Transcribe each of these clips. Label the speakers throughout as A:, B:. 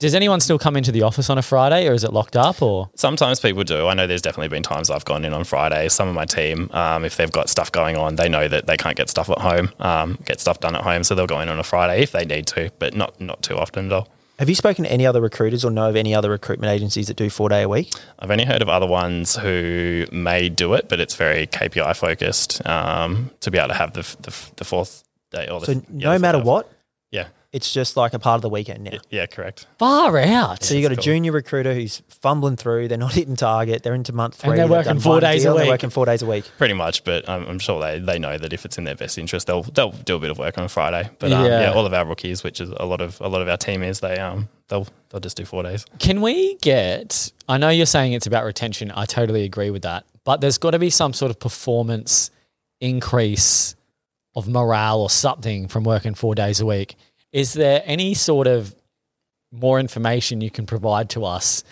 A: Does anyone still come into the office on a Friday, or is it locked up? Or
B: Sometimes people do. I know there's definitely been times I've gone in on Friday. Some of my team, um, if they've got stuff going on, they know that they can't get stuff at home, um, get stuff done at home, so they'll go in on a Friday if they need to, but not not too often though.
C: Have you spoken to any other recruiters or know of any other recruitment agencies that do four day a week?
B: I've only heard of other ones who may do it, but it's very KPI focused um, to be able to have the f- the, f- the fourth day or the
C: So
B: yeah, the
C: no
B: fourth
C: matter
B: day.
C: what,
B: Yeah,
C: it's just like a part of the weekend now.
B: yeah, correct.
A: far out.
C: So you got a
B: cool.
C: junior recruiter who's fumbling through. They're not hitting target. They're into month three.
A: they're
C: they've
A: working
C: done
A: four
C: one
A: days a
C: deal,
A: week.
C: They're working four days a week.
B: Pretty much, but um, I'm, I'm sure they, they know that if it's in their best interest, they'll they'll do a bit of work on Friday. But um,
A: Yeah.
B: yeah. all of our rookies, which is a lot of a lot of our team is, they um they'll they'll just do four days.
A: Can we get? I know you're saying it's about retention. I totally agree with that. But there's got to be some sort of performance increase of morale or something from working four days a week. Is there any sort of more information you can provide to us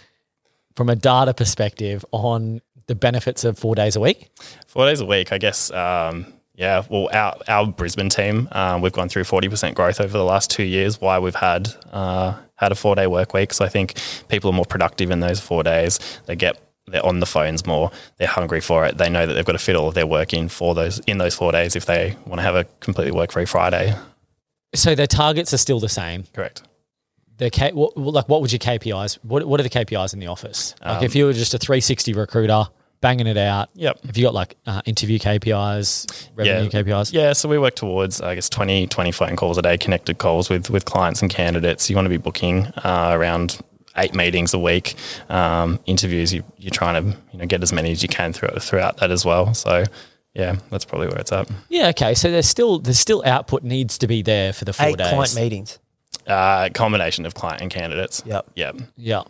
A: from a data perspective on the benefits of four days a week?
B: Four days a week, I guess. Um, yeah, well, our, our Brisbane team, um, we've gone through forty percent growth over the last two years. Why we've had uh, had a four day work week, so I think people are more productive in those four days. They get they're on the phones more. They're hungry for it. They know that they've got to fit all of their work in for those in those four days if they want to have a completely work free Friday.
A: So their targets are still the same.
B: Correct.
A: The K, what, what- like what would your KPIs? What what are the KPIs in the office? Like if you were just a 360 recruiter banging it out,
B: Yep.
A: Have you got like uh, interview KPIs, revenue KPIs?
B: Yeah, so we work towards, I guess, 20, 20 phone calls a day, connected calls with, with clients and candidates. You want to be booking uh, around eight meetings a week, um, interviews. You, you're trying to you know get as many as you can throughout, throughout that as well. So, yeah, that's probably where it's at.
A: Yeah. Okay. So there's still there's still output needs to be there for the four
C: Eight
A: days.
C: client meetings.
B: Uh, combination of client and candidates.
C: Yep.
B: Yep.
A: yeah.